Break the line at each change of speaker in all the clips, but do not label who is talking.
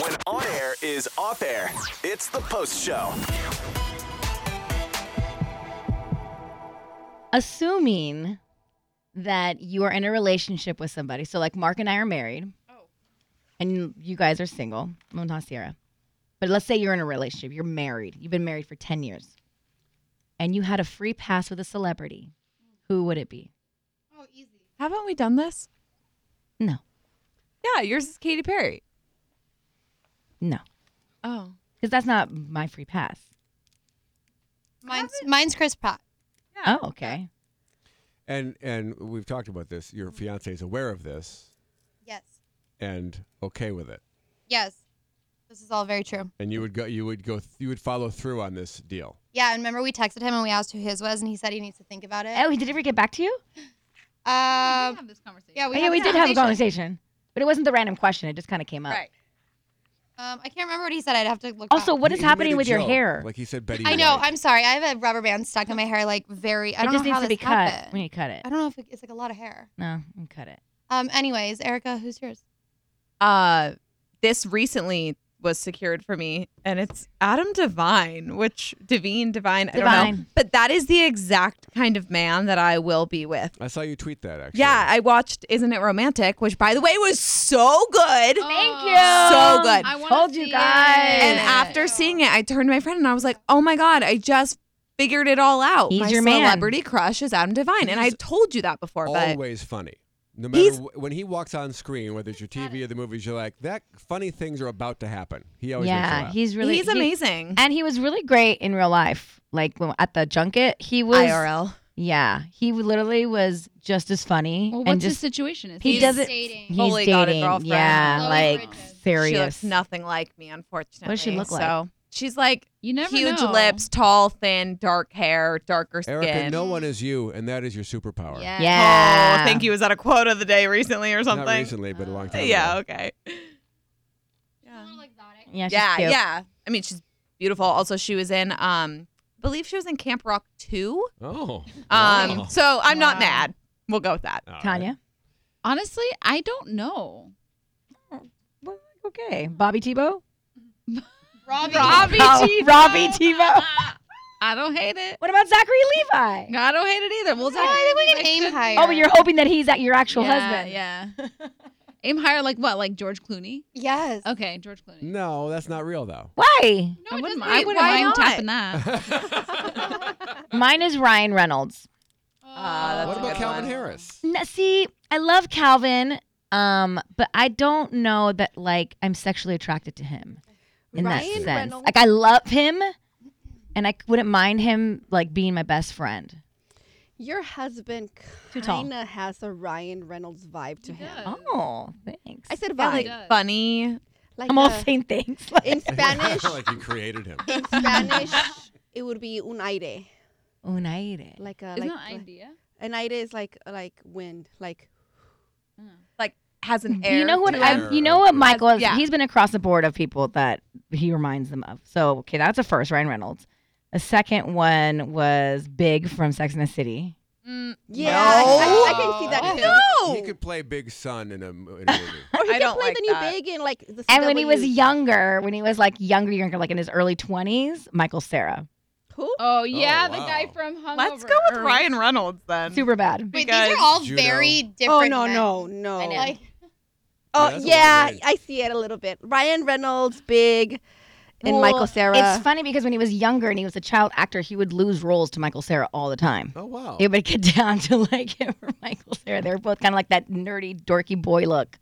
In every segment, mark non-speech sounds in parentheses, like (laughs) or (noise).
When on air is off air, it's the post show.
assuming that you are in a relationship with somebody. So like Mark and I are married.
Oh.
And you guys are single. Well, not Sierra. But let's say you're in a relationship. You're married. You've been married for 10 years. And you had a free pass with a celebrity. Who would it be?
Haven't we done this?
No.
Yeah, yours is Katy Perry.
No.
Oh.
Cuz that's not my free pass.
Mine's, mine's Chris Pratt.
Oh, okay.
And and we've talked about this. Your
Mm-hmm.
fiance is aware of this
Yes.
and okay with it.
Yes. This is all very true.
And you would go. You would go. You would follow through on this deal.
Yeah, and remember we texted him and we asked who his was, and he said he needs to think about it.
Oh, he did ever get back to you?
Uh, yeah, we,
Oh, yeah,
had
we
this
did have a conversation. But it wasn't the random question. It just kind of came up.
Right.
Um, I can't remember what he said. I'd have to look.
Also,
up.
what is
He- he made
happening
a
with your
joke.
hair?
Like he said, Betty.
I know.
White.
I'm sorry. I have a rubber band stuck in my hair, like very. I
it
don't
just
know
needs
how
to
this
be cut. We
happened.
need to cut it.
I don't know if it, it's like a lot of hair.
No, we cut it.
Um. Anyways, Erica, who's yours?
Uh, this recently was secured for me, and it's Adam Devine, which Devine, Divine, I don't know.
Devine.
But that is the exact kind of man that I will be with.
I saw you tweet that actually.
Yeah, I watched Isn't It Romantic, which by the way was so
Thank
good.
you.
So good.
I wanna
Told you
see
guys.
And
it.
after seeing it, I turned to my friend and I was like, "Oh my god, I just figured it all out.
He's
my
your man.
celebrity crush is Adam Devine." And I told you that before, but
always funny. No
He's-
matter wh- when he walks on screen, whether it's your TV or the movies, you're like that. Funny things are about to happen. He always. makes you
yeah,
laugh.
he's really
he's
he-
amazing.
and he was really great in real life. Like when, at the junket, he was
IRL.
Yeah, he literally was just as funny
Well,
and
what's his
just
situation? Is
he
he
doesn't-
dating.
he's
Fully got a
dating.
girlfriend.
yeah,
Chloe
like
Bridges.
She
serious.
looks nothing like me, unfortunately.
look like?
So she's like
You never
huge
know.
lips, tall, thin, dark hair, darker skin.
Erica, no one is you, and that is your superpower.
Yeah.
yeah,
Oh, thank you. Was that a quote of the day recently or something?
Not recently, but a long time
Yeah.
ago.
Okay. Yeah.
Yeah, she's
yeah,
cute.
yeah. I mean, she's beautiful. Also, she was in, um, I believe she was in Camp Rock 2.
Oh.
Um,
wow.
So I'm not
Wow.
mad. We'll go
(laughs)
with that.
All right.
Tanya.
Honestly, I don't know.
Well, Okay, Bobby Tebow.
Robbie.
Robbie
Oh,
Tebow.
Robbie Tebow.
I don't hate it.
What about Zachary Levi?
I don't hate it either. We'll
Oh, I think we can aim higher.
Oh, but you're hoping that he's at your actual husband.
Yeah. Aim higher, like what? Like George Clooney?
Yes.
Okay, George Clooney.
No, that's not real though.
Why?
I
it
wouldn't,
doesn't-
I wouldn't
why
mind
not?
tapping that.
Mine is Ryan Reynolds.
Ah,
what
that's a
about
good
Calvin
one.
Harris?
N- See, I love Calvin, um, but I don't know that like I'm sexually attracted to him in that
Ryan
sense.
Reynolds-
Like I love him, and I c- wouldn't mind him like being my best friend.
Your husband
Too tall.
kind of has a Ryan Reynolds vibe to him.
Oh, thanks.
I said vibe.
Yeah, like funny.
like
I'm all
uh,
a-
saying things. Like,
(laughs) in
(laughs)
Spanish.
like you created him.
in Spanish, it would be un aire,
un aire.
like a
Isn't that
like, like-
idea?
an aire is like like wind, like
Like, has an
Do
air.
you know what?
to
I,
it.
you know what, Michael? Is,
Yeah.
He's been across the board of people that he reminds them of. So okay, that's a first, Ryan Reynolds. A second one was Big from Sex and the City.
Mm,
yeah. I, I can see
No.
that. Too.
He could play Big Son in a, m- in a movie.
(laughs)
Or he
I
can
don't
play
like
the new
that.
big in like the
And when he was
CW.
younger, when he was like younger, younger, like in his early twenties, Michael Sarah,
who?
Oh, yeah, the guy
wow.
from Hungover.
Let's go with
or-
Ryan Reynolds then.
super bad.
Wait,
Because
these are all
Juno-
very different.
Oh no
men.
no no!
I know.
Like,
oh
that's a
yeah,
wide range.
I see it a little bit. Ryan Reynolds, big, and
Well,
Michael Sarah.
It's funny because when he was younger and he was a child actor, he would lose roles to Michael Sarah all the time.
Oh wow.
It would get (laughs) down to like him or Michael Sarah. They were both kind of like that nerdy, dorky boy look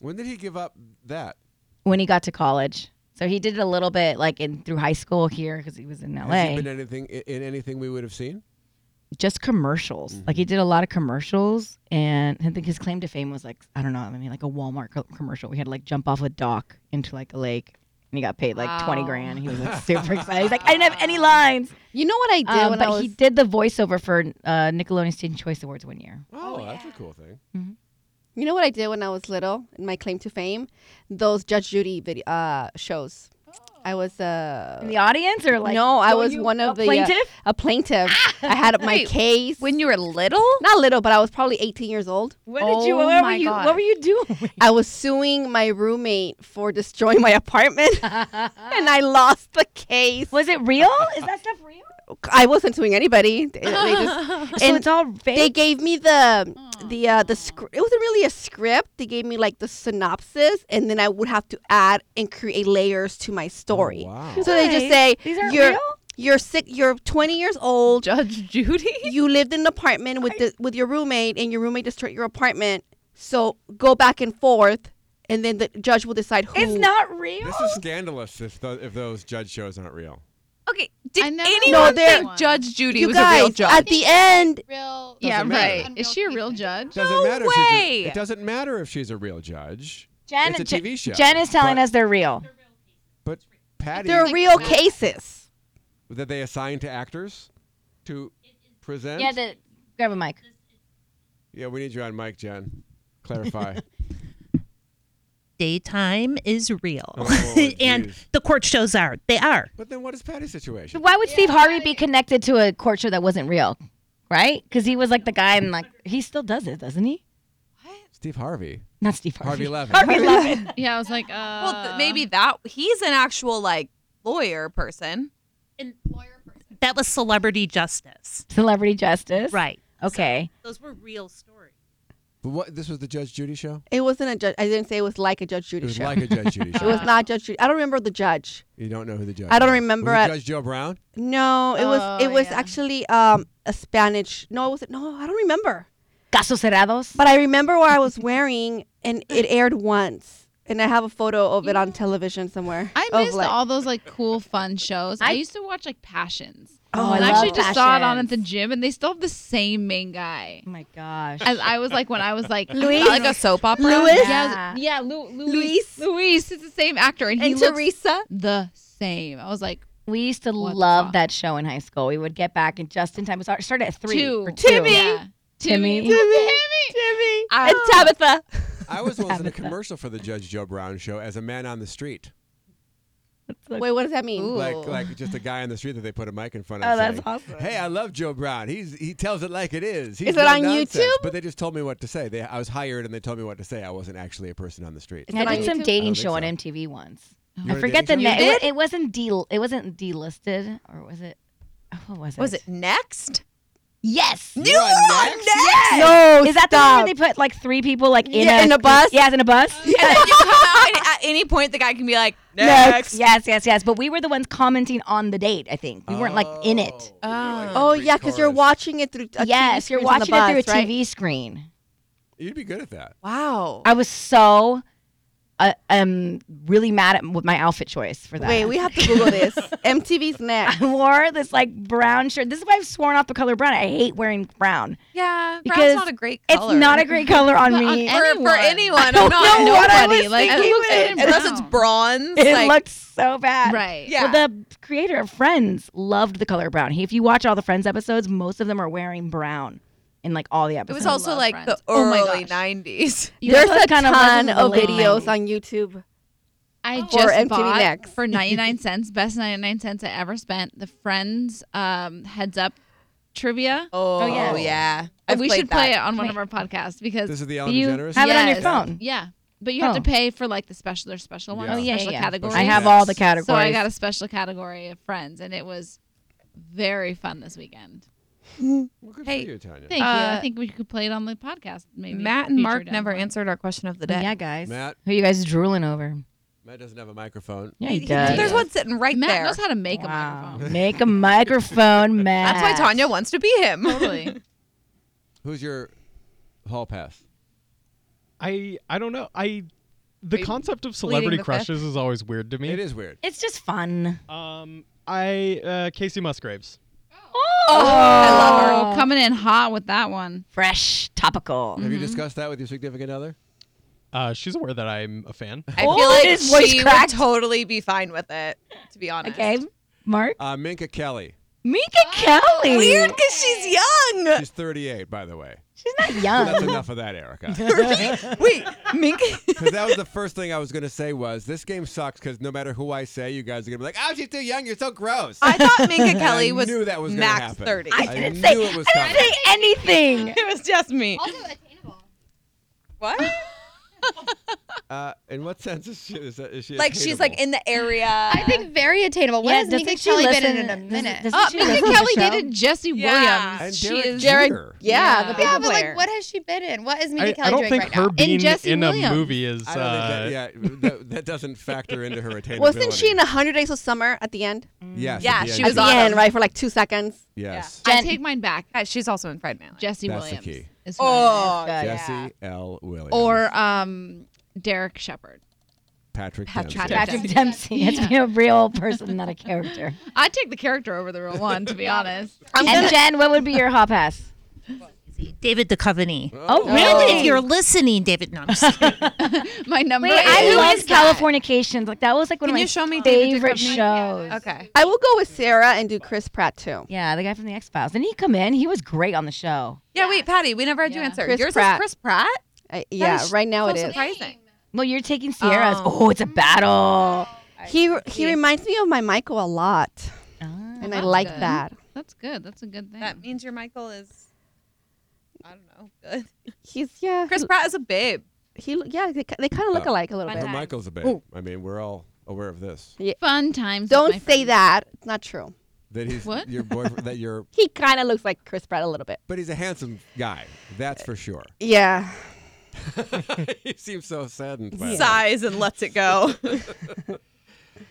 When did he give up that?
when he got to college. So he did it a little bit like in through high school here because he was in
Has he
LA.
been anything in anything we would have seen?
just commercials. Like
Mm-hmm.
he did a lot of commercials, and I think his claim to fame was like I don't know, I mean like a Walmart co- commercial. We had to like jump off a dock into like a lake, and he got paid like twenty
Wow.
grand. He was
(laughs)
like super excited. He's like, I didn't have any lines,
You know what I did
Um,
when
but
I was
he did the voiceover for uh, Nickelodeon's Teen Choice Awards one year.
Oh, that's a cool thing.
You know what I did when I was little and my claim to fame? Those Judge Judy video, uh, shows. I was uh,
In the audience or like
no, I
so
was
you-
one
a
of the uh,
plaintiff.
a plaintiff. I had my
Wait,
case
When you were little?
not little, but I was probably 18 years old.
What did you?
Oh
What were
my
you?
God.
What were you doing?
I was suing my roommate for destroying
(laughs)
my apartment, and I lost the
(laughs)
case.
Was it real? Is that stuff real?
I wasn't suing anybody. They-
(laughs)
they just-
so
and
it's all fake.
they gave me the the uh, the script. It wasn't really a script. They gave me like the synopsis, and then I would have to add and create layers to my story.
Oh,
Oh,
wow.
So they just
Wait,
say
these aren't
you're
real?
you're sick. You're 20 years old.
Judge Judy.
(laughs) You lived in an apartment with the, with your roommate, and your roommate destroyed your apartment. So go back and forth, and then the judge will decide who.
It's not real.
This is scandalous if, tho- if those judge shows aren't real.
Okay. Did
I never
No,
anyone
they're-
think Judge Judy
You
was
guys,
a real judge?
at the end,
Real.
yeah,
Doesn't matter.
right. Is she a real judge?
Doesn't matter. If she's
way!
a, it doesn't matter if she's a real judge.
Jen,
it's a
Jen-
TV show.
Jen is telling
But-
us they're real.
But Patty,
they're real cases.
that they assign to actors to present.
Yeah, the, grab a mic.
Yeah, we need you on mic, Jen. Clarify.
Daytime is real.
Oh,
and
geez.
the court shows are. They are.
but then what is Patty's situation?
Why would Steve Harvey be connected to a court show that wasn't real? Right? Because he was like the guy, and like he still does it, doesn't he?
Steve Harvey.
Not Steve
Harvey
Harvey.
Levin.
Oh, Harvey Levin.
Yeah, I was like, uh.
well, th- maybe that he's an actual like lawyer person.
That was celebrity justice.
Celebrity Justice.
Right.
Okay.
Those were real stories.
But what? This was the Judge Judy show.
It wasn't a judge. I didn't say it was like a Judge
It
Judy
was
show.
like a Judge Judy
it
show.
was not Judge Judy. I don't remember the judge.
You don't know who the judge.
I don't
was.
remember
Was it
at-
Judge Joe Brown.
No, it was
Oh,
it was
yeah.
actually um a Spanish. No, it was no, I don't remember.
Caso Cerrados.
But I remember what I was wearing, and it aired once, and I have a photo of it on television somewhere.
I
of,
missed
like-
all those like cool fun shows. I,
I-
used to watch like Passions.
Oh, I
and I
love
actually just saw it on at
Passions.
the gym, and they still have the same main guy.
Oh my gosh.
As I was like when I was
(laughs)
like
Luis?
like a soap opera.
Luis?
Yeah, it was- yeah, Lu- Luis.
Luis?
Luis. It's the same actor, and, he
and
looks
Teresa.
the same. I was like
We used to
What the
love
fuck?
that show in high school. We would get back and just in time. It started at three.
two.
or two.
Yeah.
Timmy.
Timmy. Timmy. I-
and Tabitha.
I was once in a
Tabitha.
commercial for the Judge Joe Brown show as a man on the street,
Wait, what does that mean?
Ooh.
like like just a guy on the street that they put a mic in front of.
Oh, that's
saying,
awesome.
Hey, I love Joe Brown. He's he tells it like it is. He's
Is it
no
on
nonsense."
YouTube?
But they just told me what to say. They I was hired and they told me what to say. I wasn't actually a person on the street.
Is it
I
on
did some
YouTube?
I
dating
don't
show on
think
MTV once.
You
I
were a
forget the
dating show?
name. It, wa- it wasn't del. It wasn't delisted, or was it? oh, What was it?
Was it next?
Yes.
You are next.
No,
Is that the one
stop.
where they put like three people like in,
Yeah,
a,
in a bus?
Yes, in a bus.
And
(laughs)
then you come out, (laughs) and at any point, the guy can be like, "Oh, next.
Yes, yes, yes. But we were the ones commenting on the date. I think we weren't like in it.
Oh, you were, like,
Oh
a
yeah, because you're
pre-chorus.
watching it through. A
yes,
TV
you're
screens on the
watching it through a
bus, right?
TV screen.
You'd be good at that.
Wow.
I was so, uh, um, really mad at with my outfit choice for that.
Wait, we have
(laughs)
to Google this. (laughs) MTV's next.
I wore this like brown shirt. This is why I've sworn off the color brown. I hate wearing brown.
Yeah,
Because
brown's not a great color.
It's not a great color on
Not on
me.
any-
for, for
Anyone.
anyone.
I
I'm
don't
not
know what I
nobody.
was
like
thinking
looks
with.
good unless it's
Brown.
bronze.
(laughs) it
like,
looked so bad.
Right.
Yeah.
Well, the creator of Friends loved the color brown. He, if you watch all the Friends episodes, most of them are wearing brown in like all the
it
episodes.
was
I
also
love
like
Friends.
the
Oh my
early
gosh.
90s.
You
There's
also
a
kind of
ton
wasn't
of
late
videos
90s.
on YouTube.
I
For
just
MTV
bought
Next.
for 99 cents, best 99 cents I ever spent, the Friends um, heads up trivia.
Oh,
yeah.
yeah. I've
we
played
should play it
that.
on one of our podcasts because
This is the Ellen
you-
DeGeneres?
Have it on your
Yes.
phone.
Yeah. But you have
Oh.
to pay for like the special their special ones.
Yeah. Oh,
yeah,
special
yeah.
categories.
I have
Yes.
all the categories.
So I got a special category of friends and it was very fun this weekend.
Well, good
Hey,
for you, Tanya.
Thank you. I
Uh,
think we could play it on the podcast maybe.
Matt and
Feature
Mark
down
never
the line.
answered our question of the day.
Yeah, guys.
Matt.
Who you guys drooling over?
Matt doesn't have a microphone.
Yeah, he
(laughs) He-
does.
There's one sitting right
Matt
there.
knows how to make a
Wow.
microphone.
Make a microphone, Matt.
(laughs) That's why Tanya wants to be him.
Totally.
Who's your hall pass?
I I don't know. I the
Are you
concept of
the
celebrity
fifth?
crushes is always weird to me.
It is weird.
It's just fun.
Um, I uh, Casey Musgraves.
Oh,
Oh, coming in hot with that one.
Fresh, topical.
Mm.
Have you discussed that with your significant other?
Uh, she's aware that I'm a fan.
(laughs) I feel like she would totally be fine with it, to be honest. Okay,
Mark.
Uh, Minka Kelly.
Minka Kelly.
Weird because she's young.
She's 38, by the way.
She's not young.
That's enough of that, (laughs) Erica.
Wait,
(laughs)
Minka.
Because that was the first thing I was going to say was this game sucks because no matter who I say, you guys are going to be like, oh, she's too young. You're so gross.
I thought
(laughs)
Minka
And I
Kelly was
knew that was gonna
max
happen.
30.
I didn't say- knew it was I didn't coming.
anything.
(laughs) It was just me. What?
Uh, in what sense is she? Is, that, is she
like she's like
attainable?
in the area. I
think very attainable. What
Yeah,
has Minka
doesn't she
Kelly been in
listen-
in a
doesn't-
minute?
doesn't Oh, she Minka listen to the Kelly show? dated
Jesse
Yeah.
Williams.
And
she
Derek
is
Jared- Jeter. yeah, the
Oh, yeah,
ball
but
player.
like, what has she been in? What is Minka
I,
Kelly
I don't
doing
think
right
her
now?
being
Jesse
in
Williams.
a movie is.
I don't
uh,
think that, yeah, that, that doesn't factor into her attainability.
Wasn't she in 100 Days of Summer at the end?
Yes, Yeah, at the she end,
at
was
the
awesome.
end, right? For like two seconds.
Yes.
I take mine back.
she's also in Fred Man.
Jesse
That's the
Williams.
key.
Is
Oh,
oh,
Jesse L. Williams.
or um, Derek Shepard.
Patrick,
Patrick
Dempsey.
Dempsey.
Patrick Dempsey. It's been a real person, not a (laughs) character.
I take the character over the real one,
(laughs)
to be honest.
and Jen, what would be your hot pass?
David Duchovny.
Oh,
Really?
really?
If you're listening, David. No, I'm just kidding.
My number.
Wait, I
(laughs)
love Californications. Like that was like one of my favorite shows.
okay.
I will go with Sarah and do Chris Pratt too.
Yeah, the guy from the X Files. Didn't he come in? He was great on the show.
Yeah, wait, Patty, we never had you answer.
Chris
Yours
Pratt.
is Chris Pratt.
I- Uh, yeah,
is
right now
so
it is.
surprising.
Well, you're taking Sierra's. Oh, it's a battle.
He he reminds me of my Michael a lot, Ah, and I
that's
like
good.
that.
That's good. That's a good thing.
That means your Michael is, I don't know, good.
He's yeah.
(laughs) Chris
he-
Pratt is a babe.
He yeah. They, ki- they kind of look alike a little
Well,
bit.
Michael's a babe.
Ooh.
I mean, we're all aware of this.
Fun times.
Don't say that. It's not true.
That he's
What?
your boyfriend. that you're,
He kind of looks like Chris Pratt a little bit.
but he's a handsome guy. That's for sure.
Yeah.
he seems so saddened. By that.
Sighs and lets it go.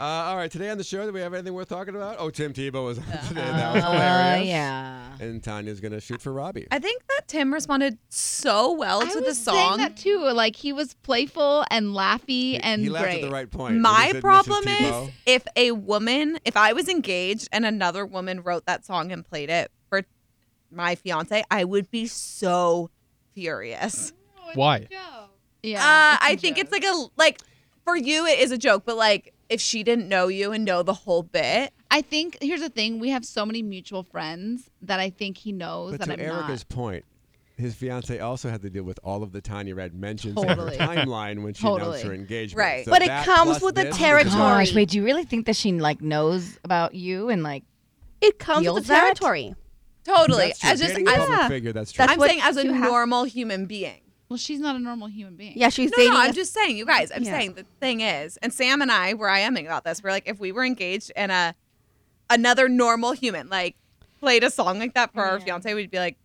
Uh, all right, today on the show, do we have anything worth talking about? Oh, Tim Tebow was on today. That was hilarious.
yeah.
And Tanya's gonna shoot for Robbie.
(laughs) I think that Tim responded so well
I
to the
was saying
song.
that too. Like he was playful and laughy and
he laughed
great.
at the right point. when he
My
said, "Mrs.
problem is
Tebow."
if a woman, if I was engaged and another woman wrote that song and played it for my fiance, I would be so furious.
Why?
Yeah,
Uh,
it's a
I think it's like a like for you it is a joke, but like if she didn't know you and know the whole bit,
I think here's the thing: we have so many mutual friends that I think he knows
But
Oh, that
to
I'm
Erica's point, his fiance also had to deal with all of the Tanya Red mentions
Totally.
in her timeline when she
Totally.
announced her engagement.
Right.
So
But it
that
comes
plus
with the
this is
territory.
joke.
Gosh, wait, do you really think that she like knows about you and like
It comes
Feels
with the
that?
territory.
totally.
That's true.
As just
Dating a
as,
public figure, that's true.
That's
I'm
what
saying as a
you have-
normal human being.
not. Well, she's not a normal human being.
Yeah, she's
No,
dating.
no,
a-
I'm just saying, you guys. I'm
Yeah.
saying the thing is, and Sam and I were I aming about this. We're like, if we were engaged and a another normal human like played a song like that for our fiance, we'd be like,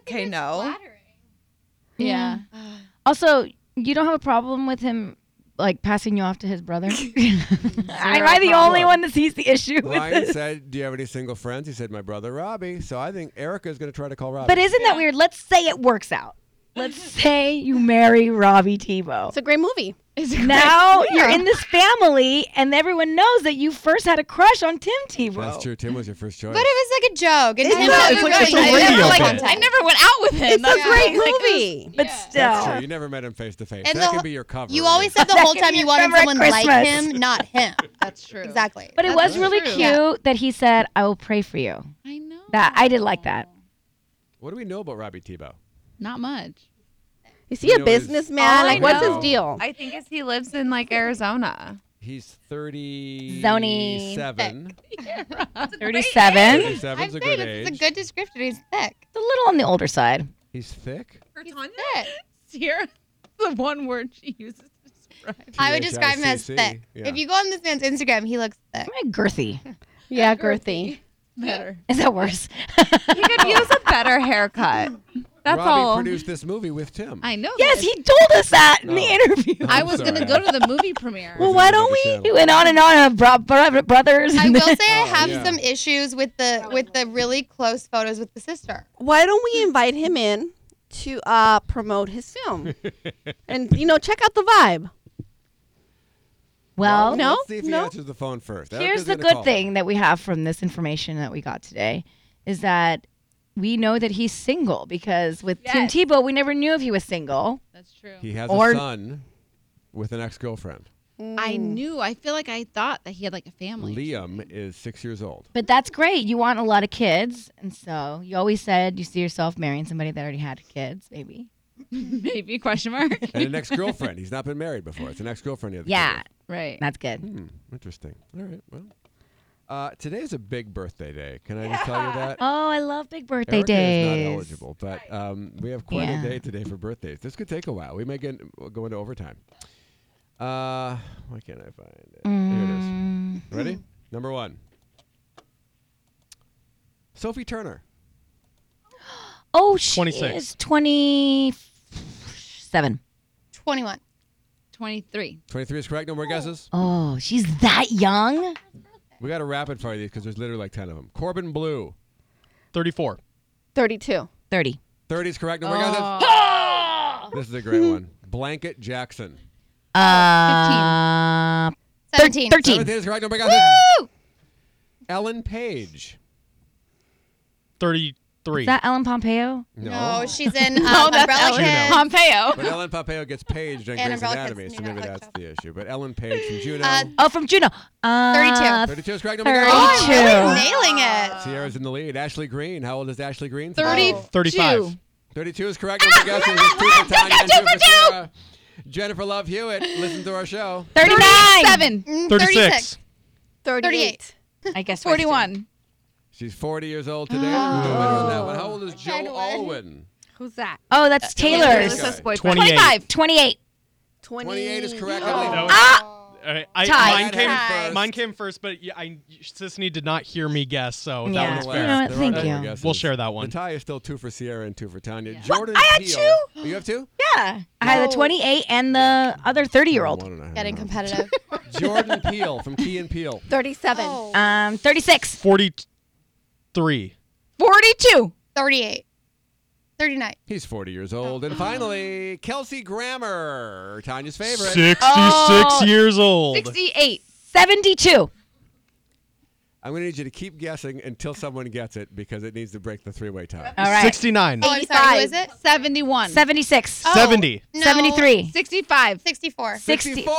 okay, no,
Yeah. (sighs)
Also, you don't have a problem with him like passing you off to
(laughs)
his brother? (laughs) Am I the only one that sees the issue (laughs) with
Ryan
this?
said, "Do you have any single friends?" He said, "My brother Robbie." So I think Erica's going to try to call Robbie.
But isn't that weird? Let's say it works out.
(laughs)
Let's say you marry Robbie Tebow.
It's a great movie.
now you're in this family, and everyone knows that you first had a crush on Tim Tebow.
That's true. Tim was your first choice.
But it was like a joke. And Tim
not-
never
it's like-
really-
it's a
I never,
radio
like,
bit.
I never went out with him.
It's
That's
a great movie.
But
That's true.
still,
You never met him face to face.
And
That
the-
could be your cover.
You
right?
always said the whole
That could
time
be
you
a
wanted
cover at
someone like
Christmas.
him, not him.
That's true.
Exactly.
but it was
true.
really
Yeah.
cute that he said, "I will pray for you."
I know.
That I did like that.
What do we know about Robbie Tebow?
Not much.
Is
You
he a
know, it's-
businessman?
All I
Like, what's his
know-
deal?
I think as he lives in like (laughs) Arizona.
He's thirty.
Zony.
Seven.
Thirty-seven. It's
Thirty-seven's a
Great,
good age.
it's a good description. He's thick.
a little on the older side.
He's thick.
For Tanya?
Thick.
Sierra, the one word she uses to describe.
I would describe him as
THICC,
thick.
yeah.
If you go on this man's Instagram, he looks
(laughs)
thick.
I'm girthy.
Yeah, girthy.
Better.
Is that worse?
He (laughs) could use a better haircut. That's
Robbie
all.
produced this movie with Tim.
I know.
(laughs) yes,
this.
he told us that in the
No.
interview.
I
I'm
was
sorry.
gonna go to the movie premiere.
Well,
Is it
why
on
don't
the
we?
channel?
We went on and on about bro- bro- brothers.
I
and
will
then-
say I have
Oh, yeah.
some issues with the with the really close photos with the sister.
Why don't we invite him in to uh, promote his film? and you know, check out the vibe.
Well,
No,
Let's see if he
no.
answers the phone first.
here's
Erica's
the
gonna
good
call him.
thing that we have from this information that we got today is that we know that he's single because with Tim Tebow, we never knew if he was single.
That's true.
He has
Or-
a son with an ex-girlfriend.
(laughs)
I knew. I feel like I thought that he had like a family.
Liam is six years old.
But that's great. You want a lot of kids. And so you always said you see yourself marrying somebody that already had kids, maybe.
Maybe question mark.
(laughs) And
(laughs)
an ex-girlfriend. He's not been married before. It's an ex-girlfriend. he had the kid
Yeah.
(laughs) with.
Right.
That's good.
Hmm, interesting. All right. Well, uh, today is a big birthday day. Can I just tell you that?
Oh, I love big birthday
Erica
days.
is not eligible, but um, we have quite
Yeah.
a day today for birthdays. This could take a while. We may get go into overtime. Uh, why can't I find it?
Mm.
Here it is. Ready? Number one. Sophie Turner.
Oh, she
26.
is 27.
21.
23.
23 is correct. No more guesses.
Oh, she's that young?
We got to rapid fire these because there's literally like 10 of them. Corbin Blue. 34.
32.
30.
30 is correct. Oh No more guesses. Ah! This is a great
(laughs)
one. Blanket Jackson.
Uh, 15. 13.
17 is correct. Oh No more guesses. Ellen Page. 33.
Is that Ellen Pompeo?
No.
No, she's in um,
No, that's
Umbrella
Ellen
Academy.
But Ellen Pompeo gets paged on
And
Grey's
Umbrella Academy,
Anatomy, so maybe that's the issue. But Ellen Page
Uh,
from Juno.
oh, from Juno. Uh,
32 is correct. No more guesses.
32.
Nailing it.
Sierra's in the lead. Ashley Green. How old is Ashley Green?
30
Oh.
35.
32 is correct. Oh No more guesses. It's two for Tanya and two for Sierra. Jennifer Love Hewitt. Listen to our show.
7.
Mm,
36.
38.
I guess we're
41.
She's 40 years old today. There's no winner on that one. How old is
tried
Joe
Oh. to win.
Alwyn?
Who's that?
Oh, that's Taylor's.
Taylor's
boyfriend.
28.
25. 28.
28 is
Oh.
correct.
That was- All right, I,
Tied.
mine, came,
Tied.
mine came first, but yeah, I, Sisney did not hear me guess, so that
Yeah.
one's
You
fair.
know what?
There
Thank
are no
you.
guesses.
We'll share that one.
The tie is still two for Sierra and two for Tanya. Jordan
I had
Peele.
two.
Oh, You have two?
Yeah. I had the 28 and the other 30 year old.
One and a half.
Getting competitive.
(laughs)
Jordan Peele from Key and Peele.
37.
Um, 36.
43.
42.
38. 39.
He's 40 years old. And finally, Kelsey Grammer, Tanya's favorite.
66 years old.
68. 72.
I'm going to need you to keep guessing until someone gets it because it needs to break the three way tie.
All right.
69.
Oh, I'm sorry. Who is it?
71.
76.
Oh,
70.
no.
73.
65.
64.
60.
Oh,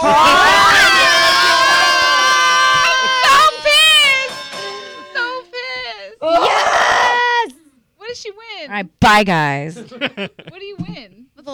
So pissed.
Yes!
What does she
All
win?
right. Bye, guys.
What do you win? Let's go